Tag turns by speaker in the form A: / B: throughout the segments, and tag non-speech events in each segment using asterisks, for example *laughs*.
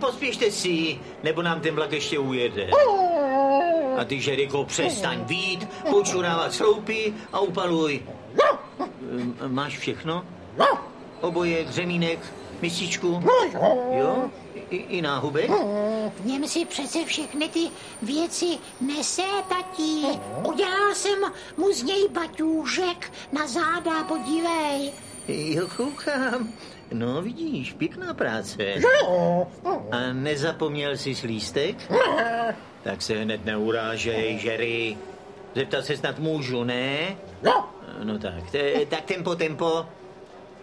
A: Pospěšte si ji, nebo nám ten vlak ještě ujede. A ty, Žeriko, přestaň být, počurávat sloupy a upaluj. Ehm, Máš všechno? Oboje, řemínek, mističku? Jo? I, i náhubek?
B: V něm si přece všechny ty věci nese, tatí. Udělal jsem mu z něj baťůžek na záda, podívej.
A: Jo, koukám. No, vidíš, pěkná práce. A nezapomněl jsi slístek? Tak se hned neurážej, Žery. Zeptat se snad můžu, ne? No tak, te, tak tempo, tempo.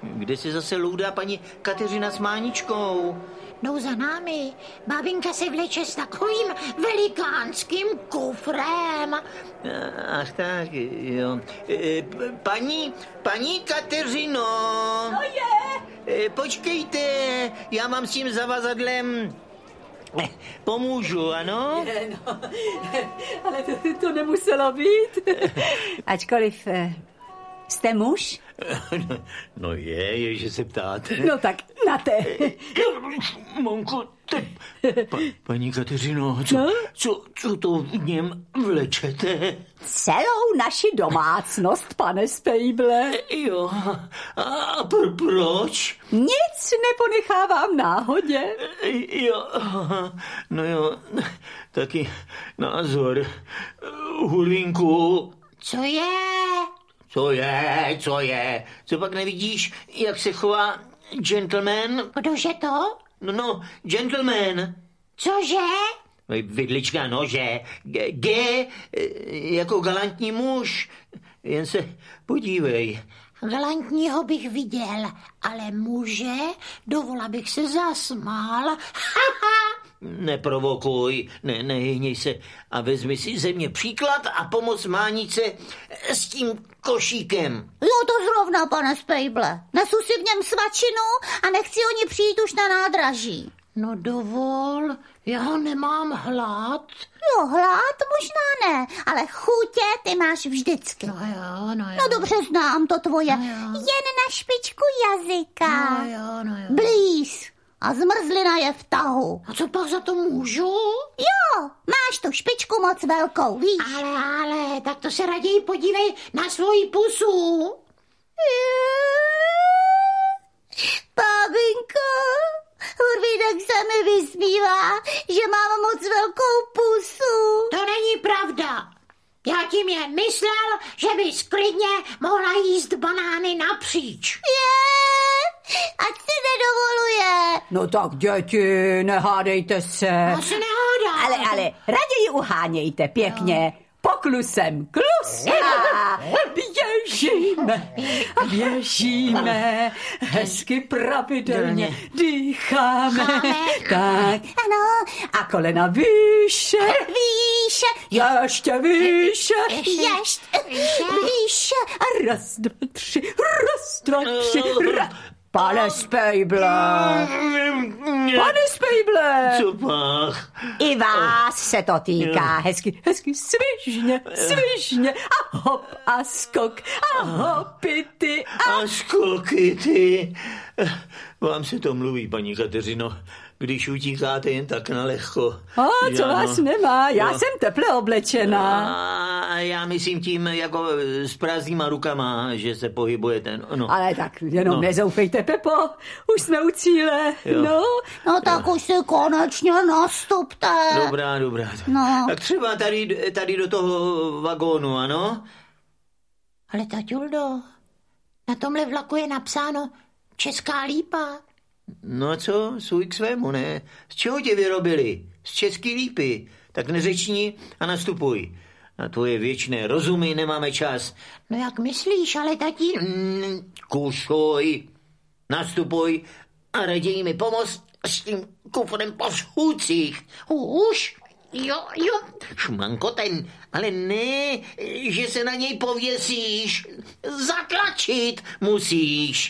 A: Kde se zase loudá paní Kateřina s Máničkou?
B: Jdou No, za námi. Babinka se vleče s takovým velikánským kufrem.
A: Eh, Ach tak, jo. E, p- Paní, paní Kateřino. No je. Počkejte, já mám s tím zavazadlem. Eh, Pomůžu, ano?
C: No, ale to, to nemuselo
D: *laughs*
C: být.
E: Ačkoliv eh, jste muž?
A: *laughs* No je, je, že se ptáte. Eh,
E: No tak na té.
A: Monko, te... pa, paní Kateřino, co, co, co to v něm vlečete?
E: Celou naši domácnost, pane Spejble.
A: Jo, a pr- proč?
E: Nic neponechávám náhodě.
A: Jo, no jo, taky názor. Hurinku,
B: Co je?
A: co je, co je? Co pak nevidíš, jak se chová gentleman?
B: Kdože to?
A: No, no, gentleman.
B: Cože?
A: Vidlička nože. G, G eh, jako galantní muž. Jen se podívej.
B: Galantního bych viděl, ale muže, dovola bych se zasmál. *laughs* Ha, ha.
A: Neprovokuj, ne, nehýněj se a vezmi si ze mě příklad a pomoc mánice s tím košíkem.
D: Jo, No to zrovna, pane Spejble. Nesu si v něm svačinu a nechci oni přijít už na nádraží.
B: No dovol, já ho nemám hlad.
D: Jo, No hlad možná ne, ale chutě ty máš vždycky.
B: No jo, no jo.
D: No dobře znám to tvoje.
B: jo.
D: Jen na špičku jazyka.
B: No jo, no jo.
D: Blíz. A zmrzlina je v tahu.
B: A co pak za to můžu?
D: Jo, máš tu špičku moc velkou, víš?
B: Ale, ale, tak to se raději podívej na svoji pusu.
D: Bábinko, Hurvínek se mi vysmívá, že mám moc velkou pusu.
B: To není pravda. Já tím jen myslel, že by sklidně mohla jíst banány napříč.
D: Je, ať si nedovoluje.
E: No tak děti, nehádejte se.
B: To se nehádá.
E: Ale, ale, raději uhánějte pěkně. Poklusem, klus! A běžíme, běžíme, hezky pravidelně dýcháme. Tak,
D: Ano,
E: a kolena výše,
D: víš,
E: ještě výše.
D: ještě, víš,
E: A raz, dva, tři, raz, dva, tři, ra... Pane Spejble, pane Spejble.
A: Eh. Co pak?
E: I vás se to týká. Hezky, hezky, svižně, svižně. A hop a skok a hopity.
A: A skoky ty. Eh, Vám se to mluví, paní Kateřino, když utíkáte jen tak na lehko.
E: A co vás nemá, já
A: no. Jo.
E: jsem teple oblečená.
A: A já myslím tím jako s prázdnýma rukama, že se pohybujete. No.
E: Ale tak jenom
A: No.
E: nezoufejte, Pepo, už jsme u cíle.
A: Jo.
E: No,
D: no tak už si konečně nastupte.
A: Dobrá, dobrá.
D: No.
A: Tak třeba tady, tady do toho vagónu, ano?
B: ale tatuldo, na tomhle vlaku je napsáno Česká lípa.
A: No a co, svůj k svému, ne? Z čeho tě vyrobili? Z český lípy. Tak neřečni a nastupuj. Na tvoje věčné rozumy nemáme čas.
B: No jak myslíš, ale tatí...
A: Mm, Kušuj, nastupuj a raději mi pomoz s tím kufrem po schůdcích.
B: Už?
A: Jo, jo, šmankotem, ale ne, že se na něj pověsíš. Zatlačit musíš.